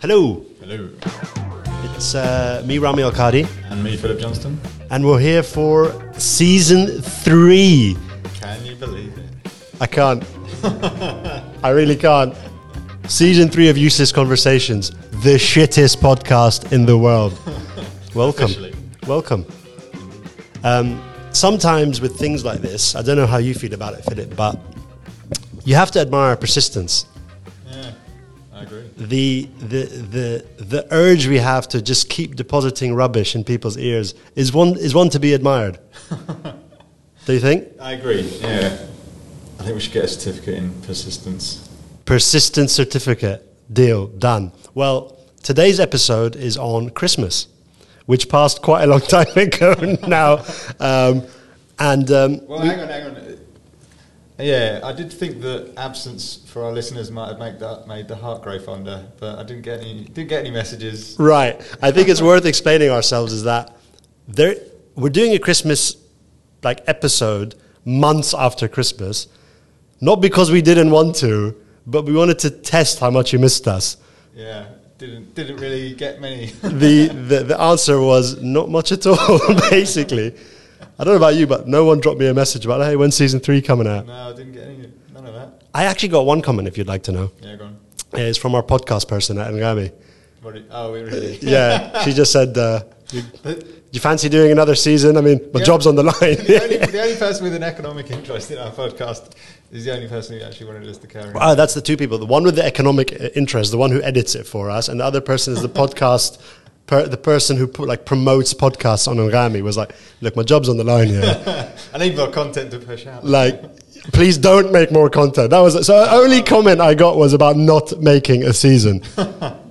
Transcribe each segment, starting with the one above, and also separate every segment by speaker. Speaker 1: Hello,
Speaker 2: Hello.
Speaker 1: it's uh, me, Rami Al Qadi,
Speaker 2: And me, Philip Johnston.
Speaker 1: and we're here for season three.
Speaker 2: Can you believe it?
Speaker 1: I can't. I really can't. Season three of Useless Conversations, the shittest podcast in the world. Welcome.
Speaker 2: Officially.
Speaker 1: Welcome. Um, sometimes with things like this, I don't know how you feel about it, Philip, but you have to admire persistence.
Speaker 2: Yeah, I agree.
Speaker 1: the the the the urge we have to just keep depositing rubbish in people's ears is one is one to be admired. Do you think
Speaker 2: I agree, yeah. I think we should get a certificate in persistence.
Speaker 1: persistent certificate deal done? Well, today's episode is on Christmas, which passed quite a long time ago now, um, and um,
Speaker 2: Well, hang on, hang on. Yeah, I did think that absence for our listeners might have made that made the heart grow fonder, but I didn't get any didn't get any messages.
Speaker 1: Right. I think it's worth explaining ourselves is that there we're doing a Christmas like episode months after Christmas, not because we didn't want to, but we wanted to test how much you missed us.
Speaker 2: Yeah, didn't didn't really get many.
Speaker 1: The the, the answer was not much at all, basically. I don't know about you, but no one dropped me a message about hey, when's season three coming out?
Speaker 2: no, I didn't get any none of that.
Speaker 1: I actually got one comment if you'd like to know.
Speaker 2: Yeah, go on.
Speaker 1: It's from our podcast person at Ngami.
Speaker 2: What did- oh, we really.
Speaker 1: Yeah, she just said, uh, "You-
Speaker 2: But
Speaker 1: "You fancy doing another season? I mean, my
Speaker 2: Yeah.
Speaker 1: job's on the line."
Speaker 2: the, only, the only person with an economic interest in our podcast is the only person who actually wanted us to carry. on.
Speaker 1: Oh, that's the two people. The one with the economic uh, interest, the one who edits it for us, and the other person is the podcast. Per, the person who put, like promotes podcasts on Origami was like, "Look, my job's on the line here.
Speaker 2: I need more content to push out.
Speaker 1: like, please don't make more content." That was so. the Only comment I got was about not making a season.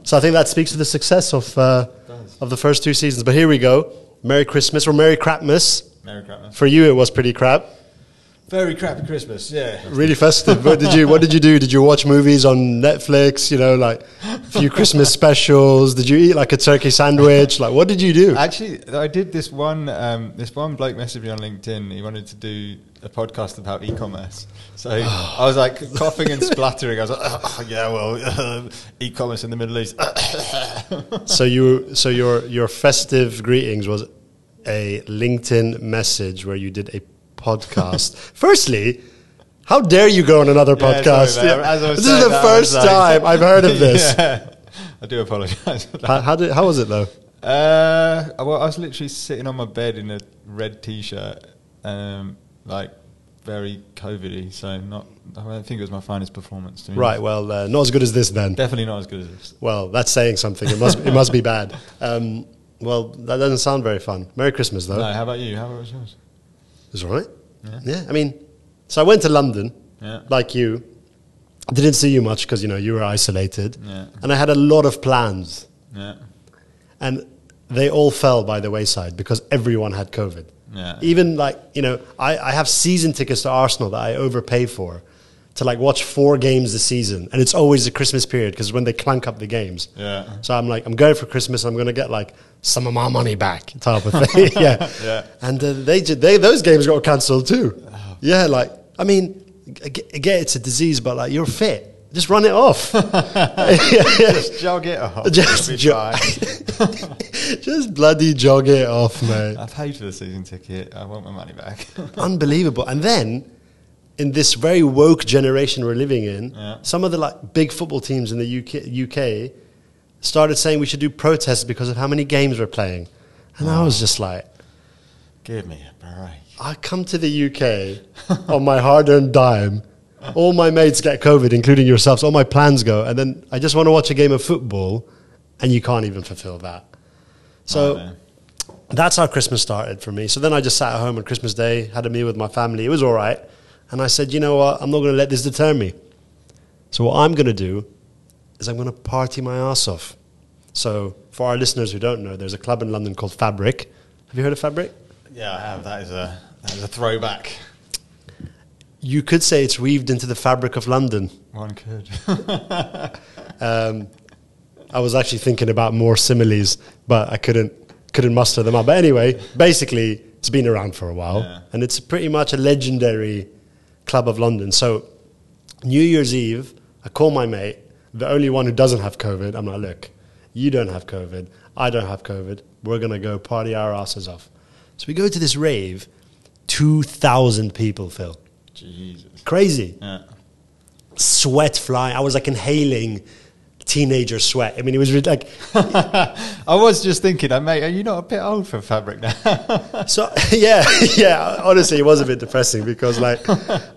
Speaker 1: so I think that speaks to the success of uh, of the first two seasons. But here we go. Merry Christmas or Merry Crapmas.
Speaker 2: Merry Christmas.
Speaker 1: For you, it was pretty crap.
Speaker 2: Very crappy Christmas, yeah.
Speaker 1: really festive. What did you What did you do? Did you watch movies on Netflix? You know, like a few Christmas specials. Did you eat like a turkey sandwich? Like, what did you do?
Speaker 2: Actually, I did this one. Um, this one bloke messaged me on LinkedIn. He wanted to do a podcast about e-commerce. So I was like coughing and splattering. I was like, oh, yeah, well, e-commerce in the Middle East.
Speaker 1: So you so your your festive greetings was a LinkedIn message where you did a podcast. Firstly. How dare you go on another
Speaker 2: Yeah,
Speaker 1: podcast?
Speaker 2: sorry, man.
Speaker 1: Yeah.
Speaker 2: As I was
Speaker 1: this
Speaker 2: saying
Speaker 1: is the
Speaker 2: that, I was
Speaker 1: first
Speaker 2: like-
Speaker 1: time I've heard of this.
Speaker 2: Yeah. I do apologise. for that.
Speaker 1: How, how did how was it though?
Speaker 2: Uh, well, I was literally sitting on my bed in a red t-shirt, um, like very COVID-y, so not. I don't think it was my finest performance. To be
Speaker 1: Right.
Speaker 2: honest.
Speaker 1: Well, uh, not as good as this then.
Speaker 2: definitely not as good as this.
Speaker 1: Well, that's saying something. It must it must be bad. Um, well, that doesn't sound very fun. Merry Christmas though.
Speaker 2: No, how about you? How was yours?
Speaker 1: It was all right.
Speaker 2: Yeah.
Speaker 1: Yeah. I mean, so I went to London,
Speaker 2: Yeah.
Speaker 1: like you. Didn't see you much because you know you were isolated,
Speaker 2: Yeah.
Speaker 1: and I had a lot of plans,
Speaker 2: Yeah,
Speaker 1: and they all fell by the wayside because everyone had COVID.
Speaker 2: yeah.
Speaker 1: Even like you know, I, I have season tickets to Arsenal that I overpay for to like watch four games this season, and it's always the Christmas period because when they clank up the games.
Speaker 2: Yeah.
Speaker 1: So I'm like, I'm going for Christmas. I'm going to get like some of my money back, type of thing. yeah.
Speaker 2: Yeah. Oh.
Speaker 1: And uh, they, ju- they those games got cancelled too. Yeah. Like, I mean, I ge- I get it's a disease, but like you're fit. Just run it off.
Speaker 2: Just jog it off.
Speaker 1: Just,
Speaker 2: It'll be
Speaker 1: jo-
Speaker 2: fine.
Speaker 1: just bloody jog it off, mate.
Speaker 2: I paid for the season ticket. I want my money back.
Speaker 1: Unbelievable. And then in this very woke generation we're living in,
Speaker 2: Yeah.
Speaker 1: some of the like big football teams in the UK, UK started saying we should do protests because of how many games we're playing. And I was just like,
Speaker 2: Give me a break.
Speaker 1: I come to the UK on my hard earned dime. All my mates get COVID, including yourselves. All my plans go. And then I just want to watch a game of football, and you can't even fulfill that. So
Speaker 2: Nightmare.
Speaker 1: that's how Christmas started for me. So then I just sat at home on Christmas Day, had a meal with my family. It was all right. And I said, you know what? I'm not going to let this deter me. So what I'm going to do is I'm going to party my ass off. So for our listeners who don't know, there's a club in London called Fabric. Have you heard of Fabric?
Speaker 2: Yeah, I have. That is a that is a throwback.
Speaker 1: You could say it's weaved into the fabric of London.
Speaker 2: One could.
Speaker 1: Um, I was actually thinking about more similes, but I couldn't couldn't muster them up. But anyway, basically, it's been around for a while,
Speaker 2: Yeah.
Speaker 1: and it's pretty much a legendary club of London. So, New Year's Eve, I call my mate, the only one who doesn't have COVID, I'm like, look, you don't have COVID. I don't have COVID. We're going to go party our asses off. So we go to this rave, 2,000 people, Phil.
Speaker 2: Jesus.
Speaker 1: Crazy.
Speaker 2: Yeah.
Speaker 1: Sweat flying. I was like inhaling teenager sweat. I mean, it was re- like,
Speaker 2: I was just thinking, uh, mate, are you not a bit old for fabric now?
Speaker 1: So yeah, yeah. Honestly, it was a bit depressing because like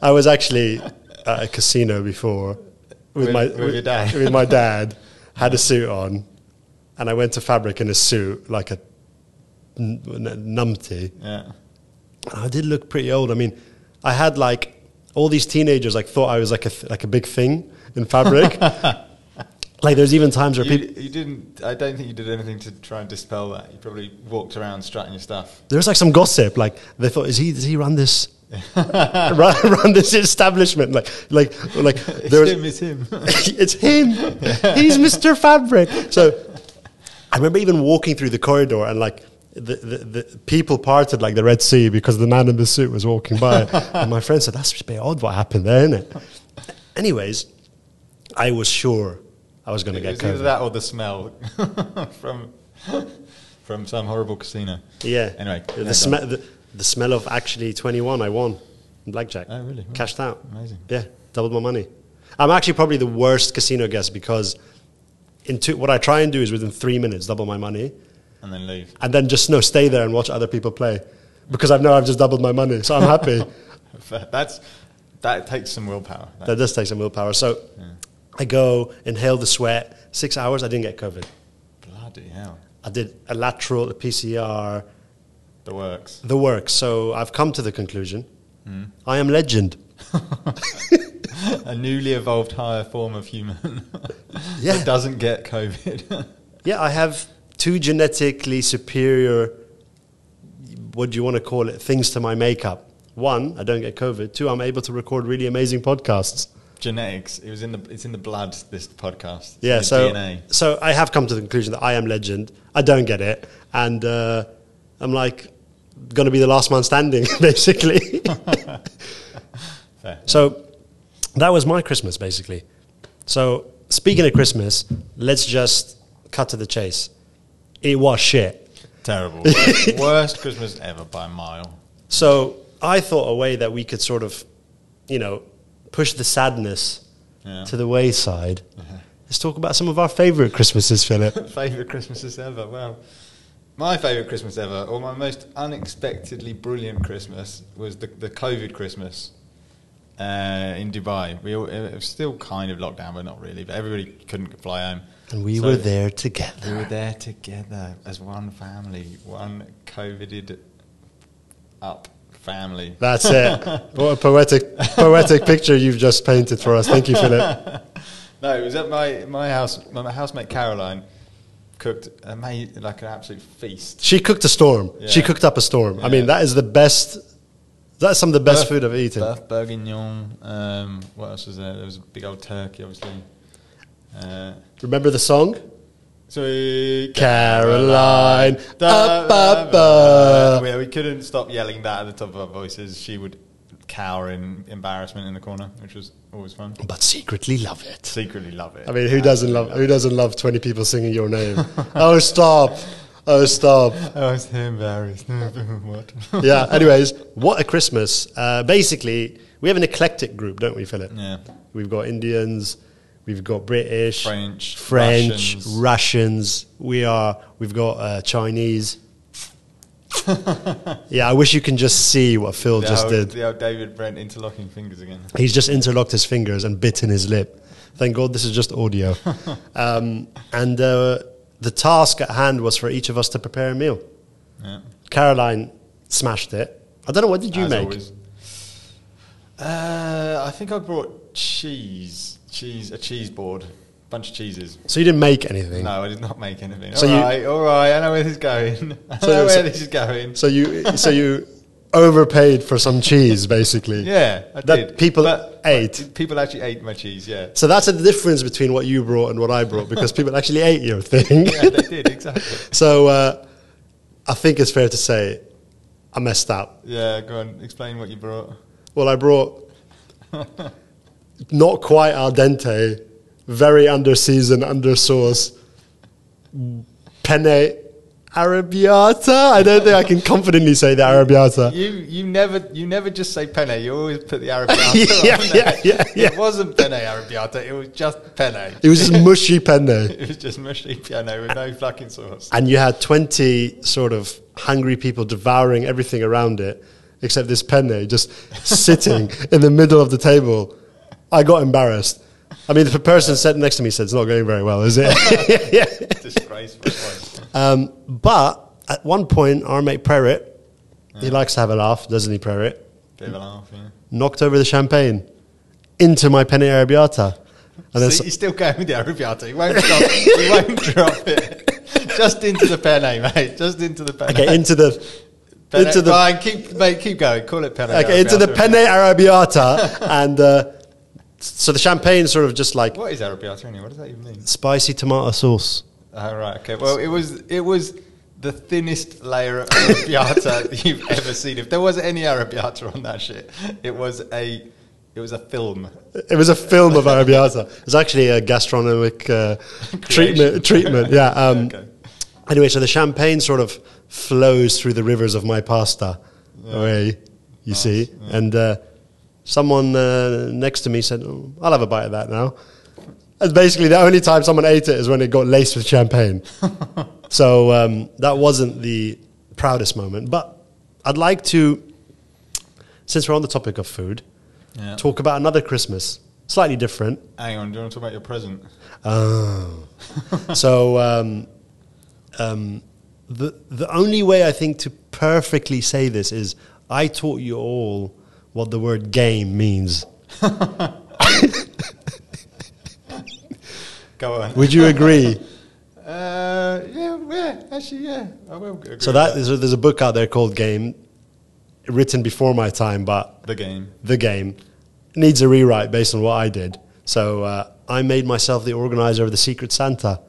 Speaker 1: I was actually at a casino before with,
Speaker 2: With-
Speaker 1: my
Speaker 2: with your dad.
Speaker 1: with my dad had a suit on, and I went to Fabric in a suit like a n- n- numpty.
Speaker 2: yeah.
Speaker 1: I did look pretty old. I mean, I had like all these teenagers like thought I was like a th- like a big thing in Fabric. like there's even times where
Speaker 2: You,
Speaker 1: people
Speaker 2: you didn't. I don't think you did anything to try and dispel that. You probably walked around strutting your stuff.
Speaker 1: There was like some gossip. Like they thought, is he? Does he run this? run, run this establishment? Like, like, like.
Speaker 2: It's
Speaker 1: There was,
Speaker 2: him. It's him.
Speaker 1: it's him. He's Mr. Fabric. So, I remember even walking through the corridor and like. The, the, the people parted like the Red Sea because the man in the suit was walking by, and my friend said, "That's a bit odd. What happened there, isn't it?" Anyways, I was sure I was going to
Speaker 2: it
Speaker 1: get
Speaker 2: was
Speaker 1: COVID.
Speaker 2: either that or the smell from from some horrible casino.
Speaker 1: Yeah.
Speaker 2: Anyway,
Speaker 1: the,
Speaker 2: no,
Speaker 1: the, sme- the, the smell of actually 21, I won in blackjack.
Speaker 2: Oh, really? Wow.
Speaker 1: Cashed out.
Speaker 2: Amazing.
Speaker 1: Yeah, doubled my money. I'm actually probably the worst casino guest because in two, what I try and do is within three minutes double my money
Speaker 2: and then leave.
Speaker 1: and then just no stay there and watch other people play because I know I've just doubled my money, so I'm happy.
Speaker 2: That's that takes some willpower. That-
Speaker 1: that does take some willpower. So I go inhale the sweat. Six hours, I didn't get COVID.
Speaker 2: bloody hell,
Speaker 1: I did a lateral, a PCR,
Speaker 2: the works.
Speaker 1: the work. So I've come to the conclusion:
Speaker 2: Hmm.
Speaker 1: I am legend.
Speaker 2: A newly evolved higher form of human
Speaker 1: Yeah.
Speaker 2: that doesn't get COVID.
Speaker 1: Yeah, I have two genetically superior, what do you want to call it, things to my makeup. One, I don't get COVID. Two, I'm able to record really amazing podcasts.
Speaker 2: Genetics. It was in the. It's in the blood. This podcast. It's in
Speaker 1: Yeah,
Speaker 2: your
Speaker 1: so
Speaker 2: DNA.
Speaker 1: so I have come to the conclusion that I am legend. I don't get it, and uh, I'm like going to be the last man standing, basically.
Speaker 2: Fair.
Speaker 1: so that was my Christmas, basically. So speaking of Christmas, let's just cut to the chase. It was shit.
Speaker 2: Terrible. Worst- Worst Christmas ever by a mile.
Speaker 1: So I thought a way that we could sort of, you know, push the sadness
Speaker 2: Yeah. Uh-huh.
Speaker 1: to the wayside. Let's talk about some of our favourite Christmases, Philip.
Speaker 2: favourite Christmases ever. Wow. My favourite Christmas ever, or my most unexpectedly brilliant Christmas, was the, the COVID Christmas uh, in Dubai. We all, it was still kind of locked down, but not really. But everybody couldn't fly home.
Speaker 1: And we
Speaker 2: So
Speaker 1: were there
Speaker 2: We were
Speaker 1: together.
Speaker 2: there together as one family, one COVIDed up family.
Speaker 1: That's it. What a poetic, poetic picture you've just painted for us. Thank you, Philip.
Speaker 2: no, it was at my, my house. My, my housemate Caroline cooked a, made, like an absolute feast.
Speaker 1: She cooked a storm. She
Speaker 2: Yeah.
Speaker 1: cooked up a storm. I mean,
Speaker 2: Yeah. Uh,
Speaker 1: that is the best. That's some of the best
Speaker 2: Bœuf-
Speaker 1: food I've eaten.
Speaker 2: Bœuf bourguignon. Um, what else was there? There was a big old turkey, obviously. Uh,
Speaker 1: Remember the song?
Speaker 2: Sweet
Speaker 1: Caroline,
Speaker 2: da-
Speaker 1: up, up,
Speaker 2: da-
Speaker 1: up.
Speaker 2: Yeah, we couldn't stop yelling that at the top of our voices. She would cower in embarrassment in the corner, which was always fun.
Speaker 1: But secretly love it.
Speaker 2: Secretly love it.
Speaker 1: I mean, who doesn't love? Who doesn't love twenty people singing your name? oh stop! Oh stop!
Speaker 2: I was embarrassed. what?
Speaker 1: yeah. Anyways, what a Christmas. Uh, basically, we have an eclectic group, don't we, Philip?
Speaker 2: Yeah.
Speaker 1: We've got Indians, we've got British,
Speaker 2: French,
Speaker 1: French,
Speaker 2: Russians.
Speaker 1: Russians. We are. We've got uh, Chinese. yeah, I wish you can just see what Phil
Speaker 2: The
Speaker 1: just
Speaker 2: old,
Speaker 1: did.
Speaker 2: The old David Brent interlocking fingers again.
Speaker 1: He's just interlocked his fingers and bitten his lip. Thank God this is just audio. um, and uh, the task at hand was for each of us to prepare a meal.
Speaker 2: Yeah.
Speaker 1: Caroline smashed it. I don't know what did you
Speaker 2: as
Speaker 1: make.
Speaker 2: always. Uh, I think I brought cheese, cheese, a cheese board, bunch of cheeses.
Speaker 1: So you didn't make anything.
Speaker 2: No, I did not make anything.
Speaker 1: Mm. So
Speaker 2: all
Speaker 1: you-
Speaker 2: right, all right. I know where this is going. I
Speaker 1: So-
Speaker 2: know where
Speaker 1: so-
Speaker 2: this is going.
Speaker 1: So you so you overpaid for some cheese, basically.
Speaker 2: Yeah, I
Speaker 1: that
Speaker 2: did.
Speaker 1: people
Speaker 2: But-
Speaker 1: ate.
Speaker 2: but People actually ate my cheese. Yeah,
Speaker 1: So that's the difference between what you brought and what I brought because people actually ate your thing.
Speaker 2: yeah, they did exactly.
Speaker 1: so uh, I think it's fair to say I messed up.
Speaker 2: Yeah, go on. Explain what you brought.
Speaker 1: Well, I brought not quite al dente very under seasoned, under sauce penne arabiata. I don't think I can confidently say the arabiata.
Speaker 2: You you never you never just say penne. You always put the arabiata.
Speaker 1: Yeah,
Speaker 2: on there.
Speaker 1: yeah, yeah, yeah.
Speaker 2: It wasn't penne arabiata. It was just penne.
Speaker 1: It was just mushy penne.
Speaker 2: It was just mushy piano with no fucking sauce.
Speaker 1: And you had 20 sort of hungry people devouring everything around it, except this penne just sitting in the middle of the table. I got embarrassed. I mean, the person sitting next to me said, It's not going very well, is it? yeah.
Speaker 2: Disgraceful. it was.
Speaker 1: Um, but at one point, our mate Prerit, he likes to have a laugh, doesn't he, Prerit?
Speaker 2: Bit of a laugh. Yeah.
Speaker 1: Knocked over the champagne into my penne arabiata. And then
Speaker 2: See, he's still going with the arabiata. He won't drop. he won't drop it. Just into the penne, mate. Just into the penne.
Speaker 1: okay, into the
Speaker 2: Penne-
Speaker 1: into the
Speaker 2: Ryan, keep mate, keep going. Call it penne.
Speaker 1: okay, into the
Speaker 2: arabiata.
Speaker 1: penne arabiata, and uh, so the champagne sort of just like
Speaker 2: What is arabiata anyway? What does that even mean?
Speaker 1: spicy tomato sauce.
Speaker 2: Oh, right. Okay. Well, it was it was the thinnest layer of arabiata that you've ever seen. If there was any arabiata on that shit, it was a it was a film.
Speaker 1: It was a film of arabiata. It was actually a gastronomic uh, treatment. Treatment, yeah. Um,
Speaker 2: Okay.
Speaker 1: Anyway, so the champagne sort of flows through the rivers of my pasta, away, you see. And uh, someone uh, next to me said, "Oh, "I'll have a bite of that now." And basically, the only time someone ate it is when it got laced with champagne. so um, that wasn't the proudest moment. But I'd like to, since we're on the topic of food,
Speaker 2: Yeah.
Speaker 1: talk about another Christmas, slightly different.
Speaker 2: Hang on. Do you want to talk about your present?
Speaker 1: Oh. so um, um, the the only way I think to perfectly say this is I taught you all what the word game means.
Speaker 2: Go on.
Speaker 1: Would you agree?
Speaker 2: Uh, yeah, yeah, actually, yeah, I will. Agree
Speaker 1: so
Speaker 2: with
Speaker 1: that is, there's a book out there called Game, written before my time, but
Speaker 2: the game.
Speaker 1: the game needs a rewrite based on what I did. So uh, I made myself the organizer of the Secret Santa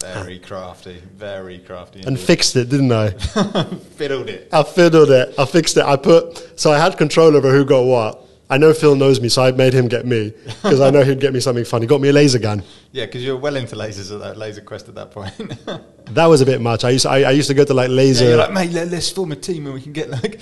Speaker 2: Very crafty, very crafty,
Speaker 1: Ah. and fixed it, didn't I?
Speaker 2: and fiddled it.
Speaker 1: I fiddled it. I fixed it. I put so I had control over who got what. I know Phil knows me, so I made him get me because I know he'd get me something fun. He got me a laser gun.
Speaker 2: Yeah, because you're well into lasers at that laser quest at that point. yeah,
Speaker 1: That was a bit much. I used I, I used to go to like laser.
Speaker 2: you're like, mate, let, us form a team and we can get like,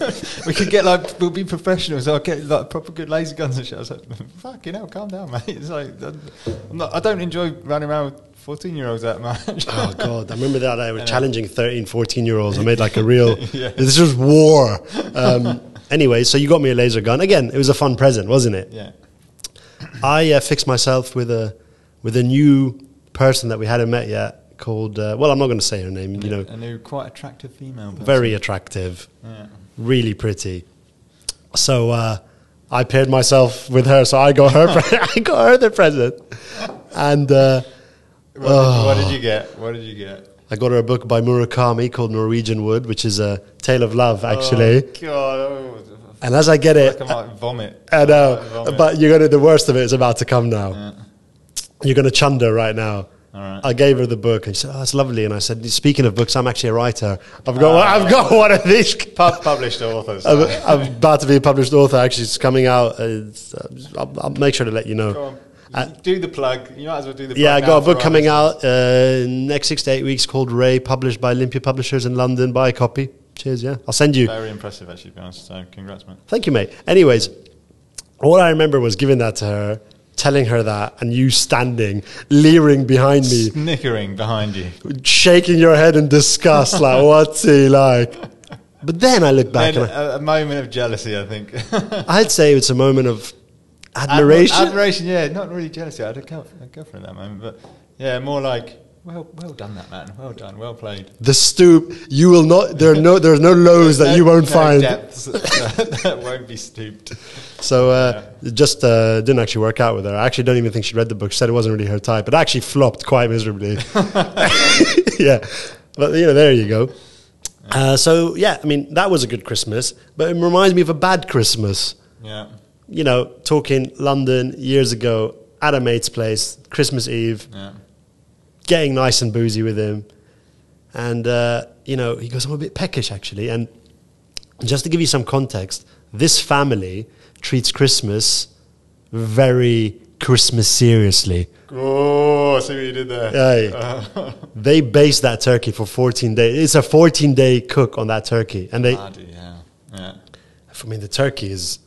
Speaker 2: we can get like, we'll be professionals. I'll get like proper good laser guns and shit. I was like, fucking hell, calm down, mate. It's like, I'm not, I don't enjoy running around with 14 year olds that much.
Speaker 1: oh god, I remember that I was challenging 13, 14 year olds. I made like a real.
Speaker 2: Yeah.
Speaker 1: This was war. Um, anyway, so you got me a laser gun again. It was a fun present, wasn't it?
Speaker 2: yeah,
Speaker 1: I uh, fixed myself with a with a new person that we hadn't met yet called. Uh, well, I'm not going to say her name. You know,
Speaker 2: a new quite attractive female. Person.
Speaker 1: very attractive.
Speaker 2: Yeah.
Speaker 1: really pretty. So uh, I paired myself with her, so I got her. Pre- I got her the present, and uh,
Speaker 2: What, did, what did you get? What did you get?
Speaker 1: I got her a book by Murakami called Norwegian Wood, which is a tale of love, actually.
Speaker 2: Oh, God, oh,
Speaker 1: And as I get
Speaker 2: I
Speaker 1: it,
Speaker 2: feel like I might vomit.
Speaker 1: I
Speaker 2: I might
Speaker 1: know,
Speaker 2: vomit.
Speaker 1: but you're gonna. The worst of it is about to come now.
Speaker 2: Yeah.
Speaker 1: You're gonna chunder right now.
Speaker 2: All right.
Speaker 1: I gave her the book, and she said, "Oh, it's lovely." And I said, "Speaking of books, I'm actually a writer. I've got,
Speaker 2: Ah.
Speaker 1: one, I've got one of these."
Speaker 2: Pub- published authors.
Speaker 1: I'm, I'm about to be a published author. Actually, it's coming out. Uh, it's, uh, I'll, I'll make sure to let you know.
Speaker 2: Go on. do the plug. You might as well do the plug.
Speaker 1: Uh, Yeah, I
Speaker 2: now
Speaker 1: got a book
Speaker 2: for
Speaker 1: coming
Speaker 2: others.
Speaker 1: out uh, next six to eight weeks called Ray, published by Olympia Publishers in London. Buy a copy. Cheers. Yeah, I'll send you.
Speaker 2: Very impressive, actually, to be honest. So, congrats, mate.
Speaker 1: Thank you, mate. Anyways, all I remember was giving that to her, telling her that, and you standing, leering behind me,
Speaker 2: Snickering behind you.
Speaker 1: shaking your head in disgust, like what's he like? But then I look back
Speaker 2: Then uh,
Speaker 1: and
Speaker 2: a, a moment of jealousy, I think. Admi-
Speaker 1: I, I'd say it's a moment of admiration.
Speaker 2: Admiration, yeah. Not really jealousy. I had a girl- a girlfriend at that moment. But, yeah, more like, well, well done, that man. Well done. Well played.
Speaker 1: the stoop. You will not. There are no. There's no lows that you
Speaker 2: No-
Speaker 1: won't
Speaker 2: no
Speaker 1: find.
Speaker 2: Depths that won't be stooped.
Speaker 1: So uh, just uh, didn't actually work out with her. I actually don't even think she read the book. She said it wasn't really her type. It actually flopped quite miserably. yeah, but you know, there you go. Uh, so yeah, I mean that was a good Christmas, but it reminds me of a bad Christmas.
Speaker 2: Yeah.
Speaker 1: You know, talking London years ago at a mate's place, Christmas Eve,
Speaker 2: Yeah.
Speaker 1: getting nice and boozy with him. And, uh, you know, he goes, I'm a bit peckish, actually. And just to give you some context, this family treats Christmas very Christmas seriously.
Speaker 2: Oh, I see what you did there. Uh-huh.
Speaker 1: Aye. They base that turkey for 14 days. It's a 14 day cook on that turkey. And they,
Speaker 2: Bloody hell. Yeah.
Speaker 1: I mean, the turkey is.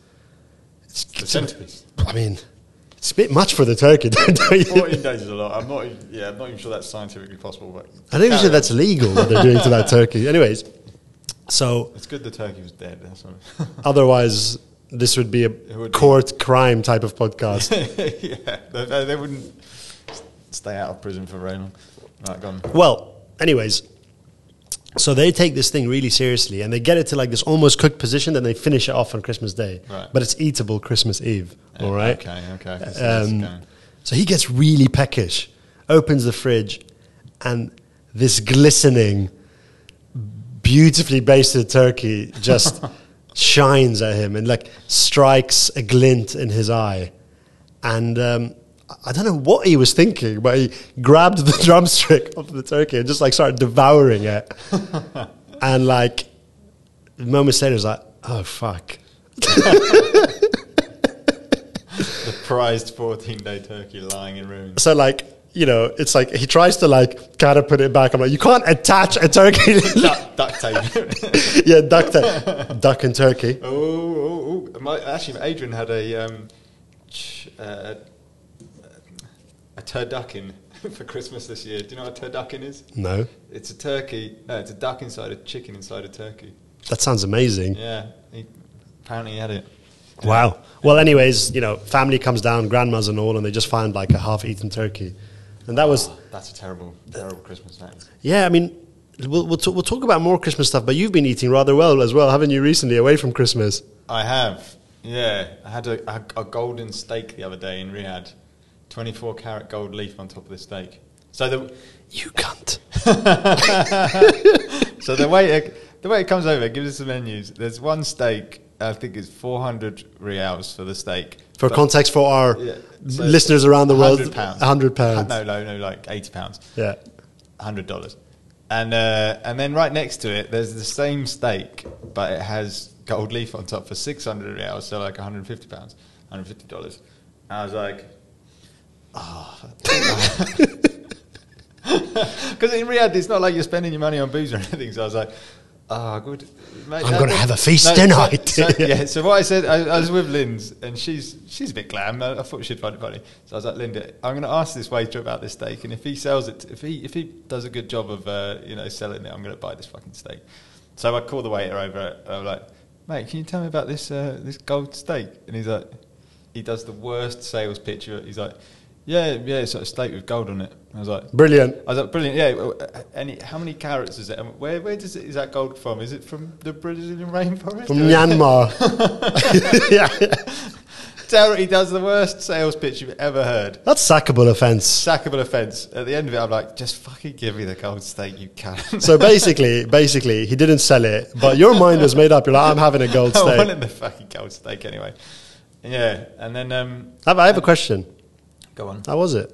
Speaker 1: It's,
Speaker 2: The centerpiece.
Speaker 1: I mean, it's a bit much for the turkey, don't you?
Speaker 2: 14 days is a lot. I'm not. Even, yeah, I'm not even sure that's scientifically possible. But
Speaker 1: I don't even
Speaker 2: Carry
Speaker 1: sure
Speaker 2: on.
Speaker 1: that's legal what they're doing to that turkey. Anyways, so
Speaker 2: It's good the turkey was dead. That's what.
Speaker 1: otherwise, this would be a
Speaker 2: would be.
Speaker 1: court crime type of podcast.
Speaker 2: yeah, they- they, they wouldn't stay out of prison for very long. Right, gone.
Speaker 1: Well, anyways, so they take this thing really seriously and they get it to like this almost cooked position, then they finish it off on Christmas Day.
Speaker 2: Right.
Speaker 1: But it's eatable Christmas Eve. all right.
Speaker 2: Uh, Okay. Okay. I can see where this is
Speaker 1: Um,
Speaker 2: going.
Speaker 1: so he gets really peckish, opens the fridge, and this glistening, beautifully basted turkey just shines at him and like strikes a glint in his eye. And um, I- I don't know what he was thinking, but he grabbed the drumstick off the turkey and just like started devouring it. and like moments later, he was like, oh fuck.
Speaker 2: the prized 14 day turkey lying in ruins.
Speaker 1: So like, you know, it's like he tries to like kind of put it back. I'm like, you can't attach a turkey.
Speaker 2: duct, duct tape.
Speaker 1: yeah, duck, ta- duck and turkey.
Speaker 2: oh, oh, oh. My, actually, Adrian had a um, ch- uh, a turducken for Christmas this year. Do you know what a turducken is?
Speaker 1: No,
Speaker 2: It's a turkey. No, it's a duck inside a chicken inside a turkey.
Speaker 1: that sounds amazing.
Speaker 2: Yeah, he apparently he had it.
Speaker 1: Wow. Well, anyways, you know, family comes down, grandmas and all, and they just find like a half-eaten turkey, and that was
Speaker 2: Oh, that's a terrible, terrible Christmas night.
Speaker 1: yeah. I mean. We'll, we'll, t- we'll talk about more Christmas stuff, but you've been eating rather well as well, haven't you, recently, away from Christmas?
Speaker 2: I have. Yeah, I had a, a, a golden steak the other day in Riyadh. 24 carat gold leaf on top of the steak. So the
Speaker 1: You cunt.
Speaker 2: so the way it, the way it comes over, it gives us the menus. There's one steak. I think it's 400 reals for the steak.
Speaker 1: For
Speaker 2: But-
Speaker 1: context for our
Speaker 2: yeah, so
Speaker 1: listeners around the world,
Speaker 2: 100 pounds.
Speaker 1: 100 pounds.
Speaker 2: No, no, no, like 80 pounds.
Speaker 1: Yeah.
Speaker 2: hundred dollars, and uh, and then right next to it, there's the same steak, but it has gold leaf on top for six hundred reals, so like one hundred fifty pounds, one hundred fifty dollars. I was like, "Ah, oh. because in Riyadh, it's not like you're spending your money on booze or anything. So I was like. Ah, good. Mate,
Speaker 1: I'm
Speaker 2: no,
Speaker 1: gonna
Speaker 2: no.
Speaker 1: have a feast
Speaker 2: so-
Speaker 1: tonight.
Speaker 2: so- yeah. So what I said, I, I was with Lynn's, and she's she's a bit glam. I, I thought she'd find it funny. So I was like, Linda, I'm going to ask this waiter about this steak, and if he sells it, if he if he does a good job of uh, you know selling it, I'm going to buy this fucking steak. So I call the waiter over. And I'm like, mate, can you tell me about this uh, this gold steak? And he's like, he does the worst sales pitch. He's like, yeah, yeah, it's a steak with gold on it. I was like.
Speaker 1: Brilliant.
Speaker 2: I was like, brilliant, yeah. well, uh, Any, how many carrots is it? And where, where does it, is that gold from? Is it from the Brazilian rainforest?
Speaker 1: From Myanmar. yeah.
Speaker 2: Terry he does the worst sales pitch you've ever heard.
Speaker 1: That's sackable offense.
Speaker 2: Sackable offence. At the end of it, I'm like, just fucking give me the gold steak, you can.
Speaker 1: So basically, basically, he didn't sell it, but your mind was made up. You're like, I'm having a gold
Speaker 2: I
Speaker 1: steak.
Speaker 2: wanted the fucking gold steak anyway. Yeah, and then um,
Speaker 1: I have, I have a question.
Speaker 2: go on.
Speaker 1: How was it?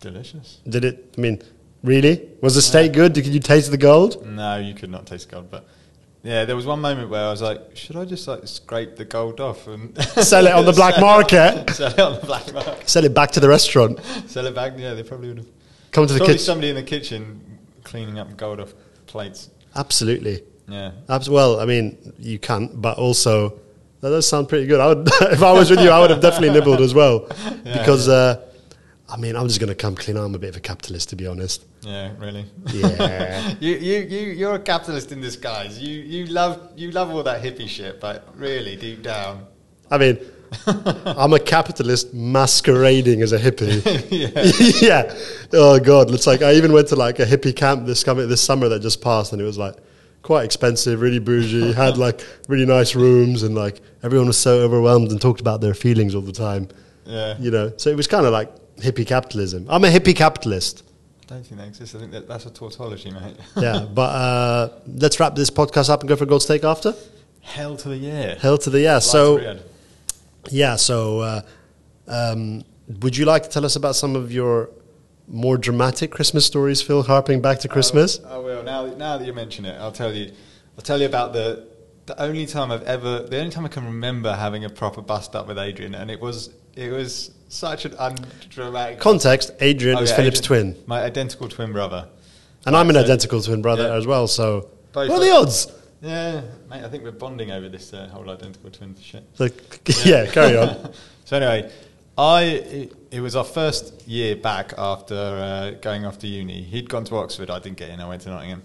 Speaker 2: Delicious.
Speaker 1: Did it? I mean, really? Was the steak good? Did you taste the gold?
Speaker 2: No, you could not taste gold, but yeah, there was one moment where I was like, should I just like scrape the gold off and
Speaker 1: Sell it on the black
Speaker 2: Sell
Speaker 1: market.
Speaker 2: Sell it on the black market.
Speaker 1: Sell it back to the restaurant.
Speaker 2: Sell it back? Yeah, they probably would have.
Speaker 1: Come to the
Speaker 2: Probably
Speaker 1: kitchen.
Speaker 2: somebody in the kitchen cleaning up gold off plates.
Speaker 1: Absolutely.
Speaker 2: Yeah.
Speaker 1: Abs- well, I mean, you can't, but also that does sound pretty good. I would, if I was with you, I would have definitely nibbled as well,
Speaker 2: Yeah,
Speaker 1: because uh, I mean, I'm just going to come clean. I'm a bit of a capitalist, to be honest.
Speaker 2: Yeah, really.
Speaker 1: Yeah.
Speaker 2: you, you, you, you're a capitalist in disguise. You, you love, you love all that hippie shit, but really, deep down,
Speaker 1: I mean, I'm a capitalist masquerading as a hippie.
Speaker 2: yeah,
Speaker 1: yeah. Oh god, it's like I even went to like a hippie camp this coming this summer that just passed, and it was like quite expensive, really bougie. Had like really nice rooms, and like everyone was so overwhelmed and talked about their feelings all the time.
Speaker 2: yeah.
Speaker 1: You know, so it was kind of like hippie capitalism. I'm a hippie capitalist.
Speaker 2: I don't think that exists. I think that, that's a tautology, mate.
Speaker 1: Yeah, but uh, let's wrap this podcast up and go for a gold steak after.
Speaker 2: Hell to the yeah.
Speaker 1: Hell to the yeah.
Speaker 2: Life's
Speaker 1: So
Speaker 2: weird.
Speaker 1: yeah, so uh, um, would you like to tell us about some of your more dramatic Christmas stories, Phil, harping back to
Speaker 2: Um,
Speaker 1: Christmas?
Speaker 2: I will. I will. Now, now that you mention it, I'll tell you. I'll tell you about the the only time I've ever, the only time I can remember having a proper bust up with Adrian, and it was it was such an undramatic.
Speaker 1: Context: Adrian
Speaker 2: Oh,
Speaker 1: is
Speaker 2: yeah,
Speaker 1: Philip's
Speaker 2: Adrian-
Speaker 1: twin,
Speaker 2: My identical twin brother.
Speaker 1: and I'm an
Speaker 2: so-
Speaker 1: identical twin brother
Speaker 2: Yeah.
Speaker 1: as well. So,
Speaker 2: Both
Speaker 1: what are
Speaker 2: are-
Speaker 1: the odds?
Speaker 2: Yeah, mate, I think we're bonding over this uh, whole identical twin shit.
Speaker 1: Like, yeah. carry on.
Speaker 2: so anyway, I it, it was our first year back after uh, going off to uni. He'd gone to Oxford. I didn't get in. I went to Nottingham,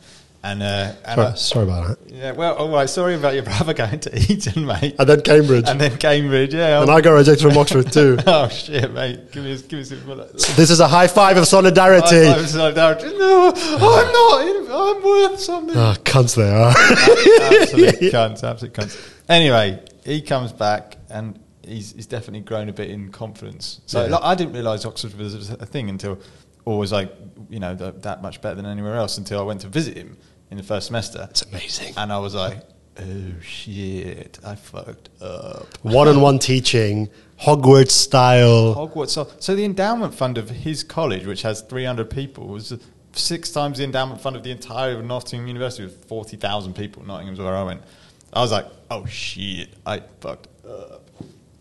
Speaker 2: and uh, and I-
Speaker 1: Sorry, sorry about that.
Speaker 2: yeah, well, all right. Sorry about your brother going to Eton, mate,
Speaker 1: And then Cambridge,
Speaker 2: and
Speaker 1: and,
Speaker 2: then Cambridge. Yeah.
Speaker 1: I got rejected from Oxford too.
Speaker 2: oh shit, mate! Give me, give me some.
Speaker 1: This is a high five of solidarity.
Speaker 2: I, I was like, no, I'm not. In, I'm worth something.
Speaker 1: Ah, cunts they are.
Speaker 2: absolute cunts, absolute cunts. Anyway, he comes back and he's, he's definitely grown a bit in confidence. So
Speaker 1: Yeah.
Speaker 2: like, I didn't realise Oxford was a thing until, or was like, you know, th- that much better than anywhere else until I went to visit him in the first semester.
Speaker 1: It's amazing.
Speaker 2: And I was like, oh shit, I fucked up.
Speaker 1: One-on-one teaching, Hogwarts style.
Speaker 2: Hogwarts. So- So the endowment fund of his college, which has 300 people, was six times the endowment fund of the entire of Nottingham University, with 40,000 people. Nottingham's where I went. I was like, oh shit, I fucked up.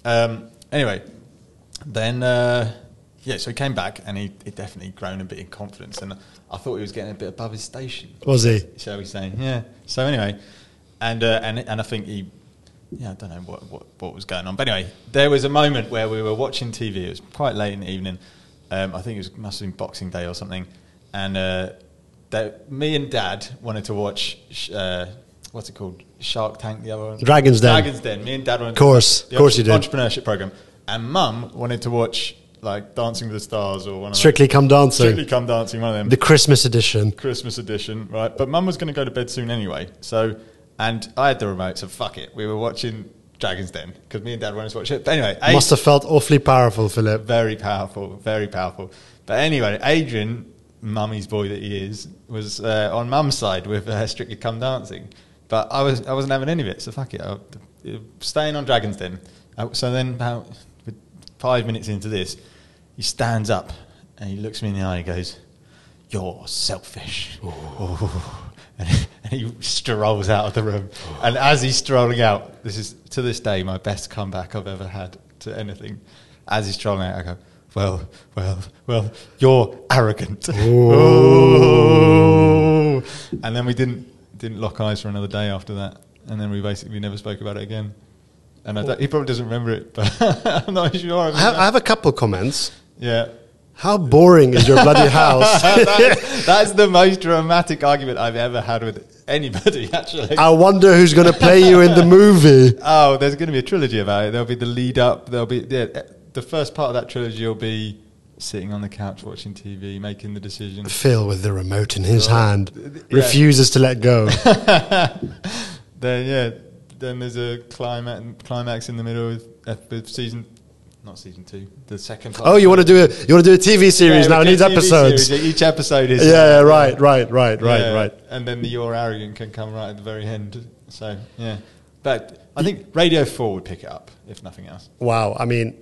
Speaker 2: Um, anyway, then uh, yeah, so he came back and he he definitely grown a bit in confidence, and I thought he was getting a bit above his station
Speaker 1: Was he?
Speaker 2: shall we say? Yeah. So anyway, and uh, and and I think he, yeah, I don't know what, what what was going on, but anyway, there was a moment where we were watching TV. It was quite late in the evening. Um, I think it was must have been Boxing Day or something, and uh, that me and Dad wanted to watch. sh- Uh, What's it called? Shark Tank, the other one?
Speaker 1: Dragon's Den.
Speaker 2: Dragon's Den. Me and Dad wanted
Speaker 1: Course.
Speaker 2: to watch the
Speaker 1: Course you did.
Speaker 2: Entrepreneurship program. And Mum wanted to watch, like, Dancing with the Stars or one of
Speaker 1: Strictly Come
Speaker 2: those.
Speaker 1: Dancing,
Speaker 2: Strictly Come Dancing, one of them.
Speaker 1: the Christmas edition.
Speaker 2: Christmas edition, right? But mum was going to go to bed soon anyway. So, and I had the remote, so fuck it. We were watching Dragon's Den because me and dad wanted to watch it. But anyway, Ad-
Speaker 1: Must have felt awfully powerful, Philip.
Speaker 2: very powerful, very powerful. But anyway, Adrian, mummy's boy that he is, was uh, on mum's side with uh, Strictly Come Dancing. But I, was, I wasn't having any of it, so fuck it. I, staying on Dragon's Den. Uh, so then, about five minutes into this, he stands up and he looks me in the eye and he goes, You're selfish. And he, and he strolls out of the room. And as he's strolling out, this is to this day my best comeback I've ever had to anything. As he's strolling out, I go, Well, well, well, you're arrogant. Ooh. And then we didn't, didn't lock eyes for another day after that. And then we basically never spoke about it again. And I don't- he probably doesn't remember it, but I'm not sure.
Speaker 1: I have, I have a couple comments.
Speaker 2: yeah.
Speaker 1: How boring is your bloody house?
Speaker 2: That's, that's the most dramatic argument I've ever had with anybody, actually.
Speaker 1: I wonder who's going to play you in the movie.
Speaker 2: Oh, there's going to be a trilogy about it. There'll be the lead up. There'll be yeah, eh, the first part of that trilogy will be sitting on the couch watching TV, making the decision.
Speaker 1: Phil, with the remote in his hand,
Speaker 2: Yeah.
Speaker 1: refuses to let go.
Speaker 2: then yeah, then there's a climax, climax in the middle of, eh, with season, not season two, the second part.
Speaker 1: Oh, you want to do a you want to do a TV series now? It needs episodes.
Speaker 2: Each episode is
Speaker 1: Yeah, yeah, right, right, right, right,
Speaker 2: Yeah,
Speaker 1: right.
Speaker 2: And then the you're arrogant can come right at the very end. So yeah, but I think Radio Four would pick it up if nothing else.
Speaker 1: Wow. I mean,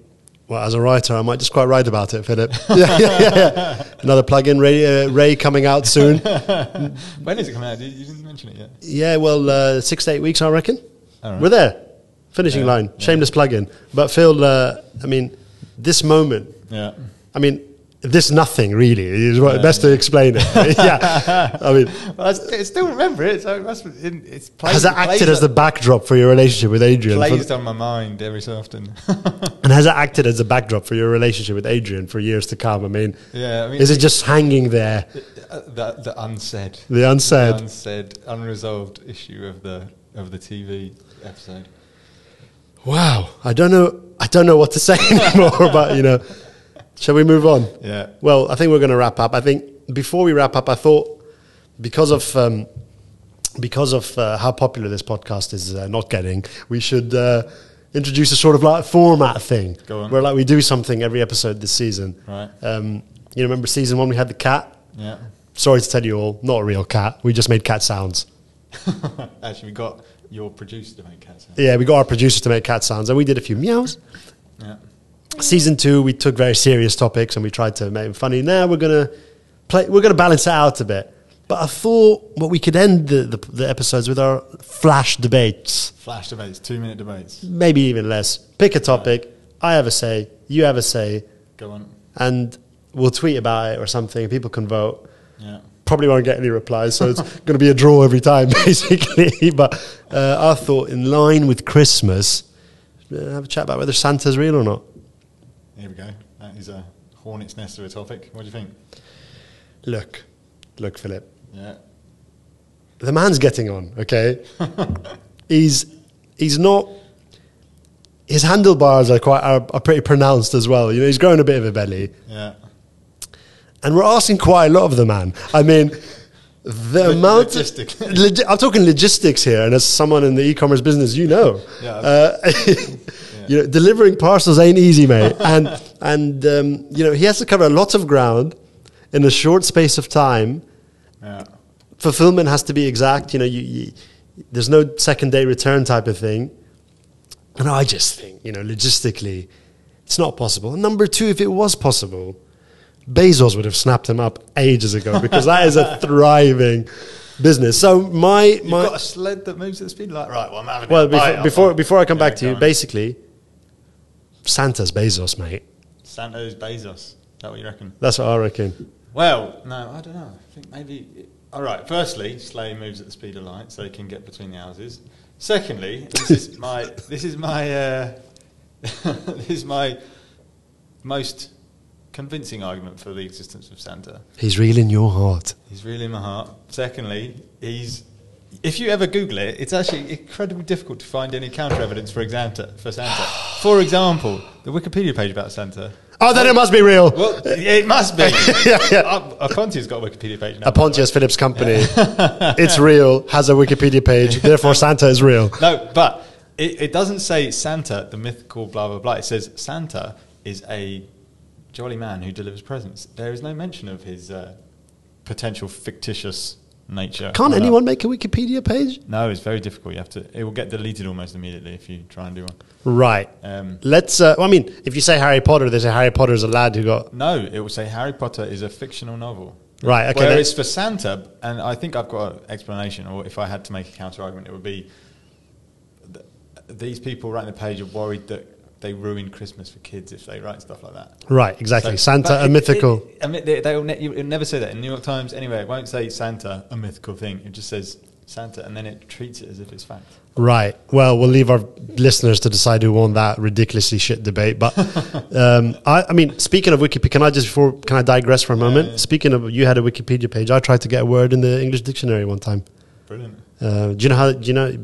Speaker 1: well, as a writer, I might just quite write about it, Philip. yeah, yeah, yeah, yeah. Another plug-in, Ray, uh, Ray coming out soon.
Speaker 2: when is it coming out? You, you didn't mention it yet.
Speaker 1: Yeah, well, uh, six to eight weeks, I reckon.
Speaker 2: All right.
Speaker 1: We're there. Finishing
Speaker 2: Yeah,
Speaker 1: line.
Speaker 2: yeah.
Speaker 1: Shameless plug-in. But Phil, uh, I mean, this moment.
Speaker 2: Yeah.
Speaker 1: I mean, this nothing really is what,
Speaker 2: Yeah,
Speaker 1: best to explain it. yeah. I mean,
Speaker 2: Well, I st- I still remember it, so it must be, in- it's plays,
Speaker 1: has that acted as the backdrop for your relationship with Adrian? for-
Speaker 2: plays on my mind every so often.
Speaker 1: and has that acted as a backdrop for your relationship with Adrian for years to come? I mean,
Speaker 2: yeah, I mean,
Speaker 1: is it just hanging there,
Speaker 2: uh, the, the unsaid,
Speaker 1: the unsaid?
Speaker 2: unsaid, unresolved issue of the of the TV episode?
Speaker 1: Wow, I don't know. I don't know what to say anymore. But you know, shall we move on?
Speaker 2: Yeah.
Speaker 1: Well, I think we're going to wrap up. I think before we wrap up, I thought because of um, because of uh, how popular this podcast is uh, not getting, we should uh, introduce a sort of like format thing
Speaker 2: Go on.
Speaker 1: where like we do something every episode this season.
Speaker 2: Right.
Speaker 1: Um, you remember season one? We had the cat.
Speaker 2: Yeah.
Speaker 1: Sorry to tell you all, not a real cat. We just made cat sounds.
Speaker 2: Actually, we got your producer to make cats. out.
Speaker 1: Yeah, we got our producers to make cat sounds, and we did a few meows.
Speaker 2: Yeah.
Speaker 1: season two we took very serious topics and we tried to make them funny now we're gonna play we're gonna balance it out a bit but i thought what we could end the, the, the episodes with our flash debates
Speaker 2: Flash debates, two minute debates.
Speaker 1: maybe even less pick a topic I have a say, you have a say,
Speaker 2: Go on.
Speaker 1: and we'll tweet about it or something. People can vote.
Speaker 2: Yeah.
Speaker 1: Probably won't get any replies, so it's going to be a draw every time, basically. But uh, I thought, in line with Christmas, uh, have a chat about whether Santa's real or not.
Speaker 2: Here we go. That is a hornet's nest of a topic. What do you think?
Speaker 1: Look, look, Philip.
Speaker 2: Yeah.
Speaker 1: the man's getting on. Okay, he's he's not. His handlebars are quite are, are pretty pronounced as well. You know, he's growing a bit of a belly,
Speaker 2: Yeah.
Speaker 1: and we're asking quite a lot of the man. I mean, the
Speaker 2: Lo-
Speaker 1: amount.
Speaker 2: logistically.
Speaker 1: Logi- I'm talking logistics here, and as someone in the e-commerce business, you know,
Speaker 2: Yeah.
Speaker 1: uh, you know, delivering parcels ain't easy, mate. And and um, you know, he has to cover a lot of ground in a short space of time.
Speaker 2: Yeah.
Speaker 1: fulfillment has to be exact. You know, you, you there's no second day return type of thing. And I just think, you know, logistically, it's not possible. And number two, if it was possible, Bezos would have snapped him up ages ago because that is a thriving business. So my
Speaker 2: You've
Speaker 1: my
Speaker 2: got a sled that moves at speed like right. Well, I'm having
Speaker 1: well
Speaker 2: it. Bye,
Speaker 1: before before,
Speaker 2: I'll-
Speaker 1: before I come
Speaker 2: Yeah,
Speaker 1: back to
Speaker 2: go
Speaker 1: you,
Speaker 2: on.
Speaker 1: basically, Santa's Bezos, mate.
Speaker 2: Santos Bezos. Is that what you reckon?
Speaker 1: That's what I reckon.
Speaker 2: Well, no, I don't know. I think maybe. all right. Firstly, Slay moves at the speed of light, so he can get between the houses. Secondly, this is my this is my uh, this is my most convincing argument for the existence of Santa.
Speaker 1: He's real in your heart.
Speaker 2: He's really in my heart. Secondly, he's if you ever Google it, it's actually incredibly difficult to find any counter evidence for Santa. For Santa, for example, the Wikipedia page about Santa.
Speaker 1: Oh, then it must be real.
Speaker 2: Well, it must be.
Speaker 1: Yeah, yeah.
Speaker 2: Uh, Aponte's got a Wikipedia page now.
Speaker 1: Apontius Phillips Company. it's real, has a Wikipedia page, therefore Santa is real.
Speaker 2: no, but it, it doesn't say Santa, the mythical blah blah blah. It says Santa is a jolly man who delivers presents. There is no mention of his uh, potential fictitious nature.
Speaker 1: Can't
Speaker 2: No.
Speaker 1: anyone make a Wikipedia page?
Speaker 2: No, it's very difficult. You have to. It will get deleted almost immediately if you try and do one.
Speaker 1: Right.
Speaker 2: Um,
Speaker 1: Let's, uh, well, I mean, if you say Harry Potter, they say Harry Potter's a lad who got.
Speaker 2: no, it will say Harry Potter is a fictional novel.
Speaker 1: Right, okay.
Speaker 2: Whereas
Speaker 1: that-
Speaker 2: for Santa, and I think I've got an explanation, or if I had to make a counter argument, it would be th- these people writing the page are worried that they ruin Christmas for kids if they write stuff like that.
Speaker 1: right, exactly.
Speaker 2: So-
Speaker 1: Santa,
Speaker 2: but
Speaker 1: a
Speaker 2: it-
Speaker 1: mythical.
Speaker 2: It, I mean, they, they'll ne- you'll never say that in New York Times anyway. It won't say Santa, a mythical thing. It just says Santa, and then it treats it as if it's fact.
Speaker 1: Right. Well, we'll leave our listeners to decide who won that ridiculously shit debate. But um, I, I mean, speaking of Wikipedia, can I just before can I digress for a moment?
Speaker 2: yeah.
Speaker 1: Speaking of, you had a Wikipedia page. I tried to get a word in the English dictionary one time.
Speaker 2: Brilliant.
Speaker 1: Uh, do you know how? Do you know you,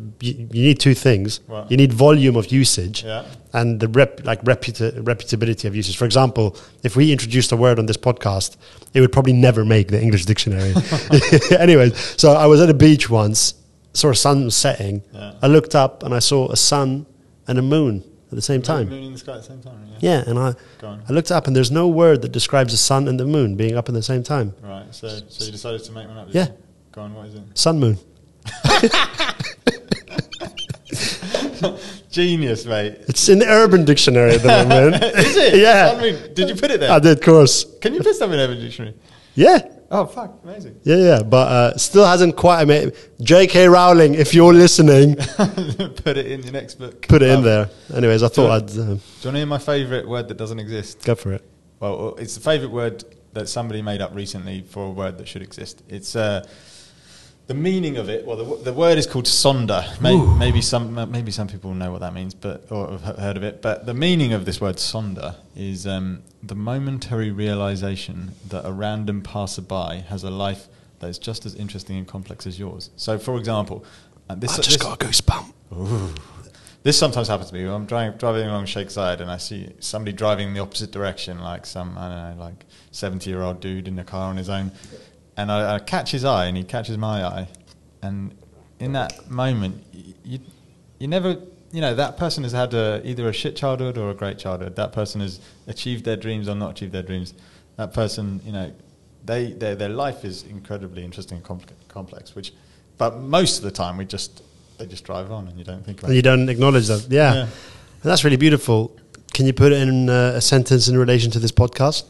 Speaker 1: you need two things.
Speaker 2: What?
Speaker 1: You need volume of usage
Speaker 2: Yeah.
Speaker 1: and the rep, like reputa- reputability of usage. For example, if we introduced a word on this podcast, it would probably never make the English dictionary. Anyways, so I was at a beach once, saw a sun was setting.
Speaker 2: Yeah.
Speaker 1: I looked up and I saw a sun and a moon at the same time.
Speaker 2: Moon in the sky at the same time. Yeah.
Speaker 1: Yeah, and I,
Speaker 2: Go on.
Speaker 1: I looked up and there's no word that describes the sun and the moon being up at the same time.
Speaker 2: Right. So, so you decided to make one up. did
Speaker 1: Yeah.
Speaker 2: you? Go on. What is it?
Speaker 1: Sun moon.
Speaker 2: Genius, mate.
Speaker 1: It's in the urban dictionary at the moment.
Speaker 2: Is it?
Speaker 1: yeah.
Speaker 2: I mean, did you put it there?
Speaker 1: I did, of course.
Speaker 2: Can you put something in the dictionary?
Speaker 1: Yeah.
Speaker 2: Oh, fuck. Amazing.
Speaker 1: Yeah, yeah, but uh, still hasn't quite made. J.K. Rowling, if you're listening,
Speaker 2: put it in your next book.
Speaker 1: put it in
Speaker 2: Um,
Speaker 1: there. Anyways, I thought I'd uh,
Speaker 2: Do you want to hear my favourite word that doesn't exist?
Speaker 1: go for it.
Speaker 2: Well, it's the favourite word that somebody made up recently for a word that should exist. It's uh, the meaning of it. Well, the, w- the word is called sonder. Maybe, maybe some maybe some people know what that means, but or have he- heard of it. But the meaning of this word sonder is um, the momentary realization that a random passerby has a life that is just as interesting and complex as yours. So, for example, and this, this-
Speaker 1: a goosebump.
Speaker 2: this sometimes happens to me. when I'm driving, driving along Shakeside and I see somebody driving in the opposite direction, like some, I don't know, like 70 year old dude in a car on his own. And I, I catch his eye and he catches my eye. And in that moment, y- you, you never, you know, that person has had a, either a shit childhood or a great childhood. That person has achieved their dreams or not achieved their dreams. That person, you know, they, their, their life is incredibly interesting and compl- complex, which, but most of the time we just, they just drive on and you don't think about it.
Speaker 1: And you don't acknowledge that. Yeah.
Speaker 2: Yeah.
Speaker 1: And that's really beautiful. Can you put it in uh, a sentence in relation to this podcast?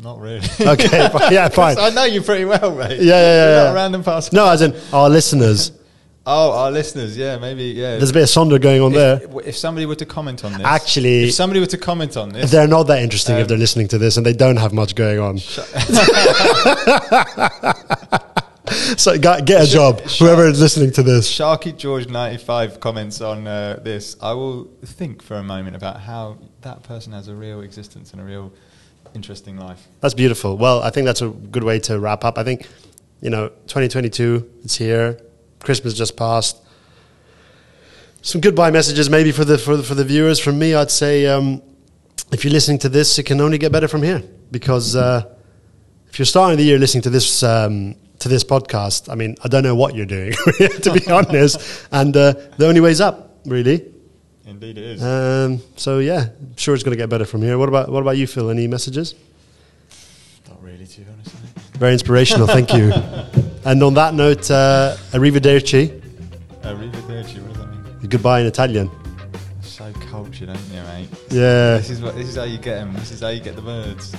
Speaker 2: Not really.
Speaker 1: Okay, fi- yeah, fine.
Speaker 2: I know you pretty well, mate.
Speaker 1: Yeah, yeah, yeah,
Speaker 2: You're not
Speaker 1: yeah.
Speaker 2: a random pass.
Speaker 1: No, as in our listeners
Speaker 2: Oh, our listeners, yeah, maybe, yeah.
Speaker 1: There's a bit of sonder going on there.
Speaker 2: if, if somebody were to comment on this,
Speaker 1: Actually-
Speaker 2: if somebody were to comment on this,
Speaker 1: They're not that interesting if they're listening to this and they don't have much going on. so gu- get a job, whoever is listening to this.
Speaker 2: Sharky George ninety five comments on uh, this, I will think for a moment about how that person has a real existence and a real interesting life.
Speaker 1: That's beautiful. Well, I think that's a good way to wrap up. I think, you know, 2022, it's here. Christmas just passed. Some goodbye messages, maybe for the for the, for the viewers. From me, I'd say um, if you're listening to this, it can only get better from here because uh, if you're starting the year listening to this um, to this podcast, I mean, I don't know what you're doing to be honest, and uh, the only way's up, really.
Speaker 2: Indeed, it is.
Speaker 1: Um, so yeah, I'm sure it's going to get better from here. What about what about you, Phil? Any messages?
Speaker 2: Not really, to be honest. I think.
Speaker 1: Very inspirational, thank you. And on that note, uh, arrivederci,
Speaker 2: Uh, Arrivederci, what does that mean?
Speaker 1: goodbye in Italian.
Speaker 2: So cultured, aren't you, mate?
Speaker 1: Yeah,
Speaker 2: This is what this is how you get them. This is how you get the birds.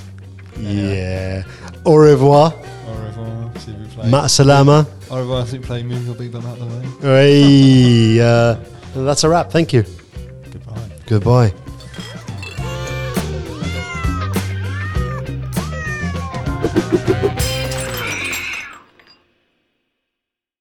Speaker 1: yeah. Au revoir,
Speaker 2: Au revoir, see we play.
Speaker 1: ma salama.
Speaker 2: Au revoir, see we play. Move your big bum out the way.
Speaker 1: Hey, uh, that's a wrap, thank you.
Speaker 2: Goodbye.
Speaker 1: Goodbye.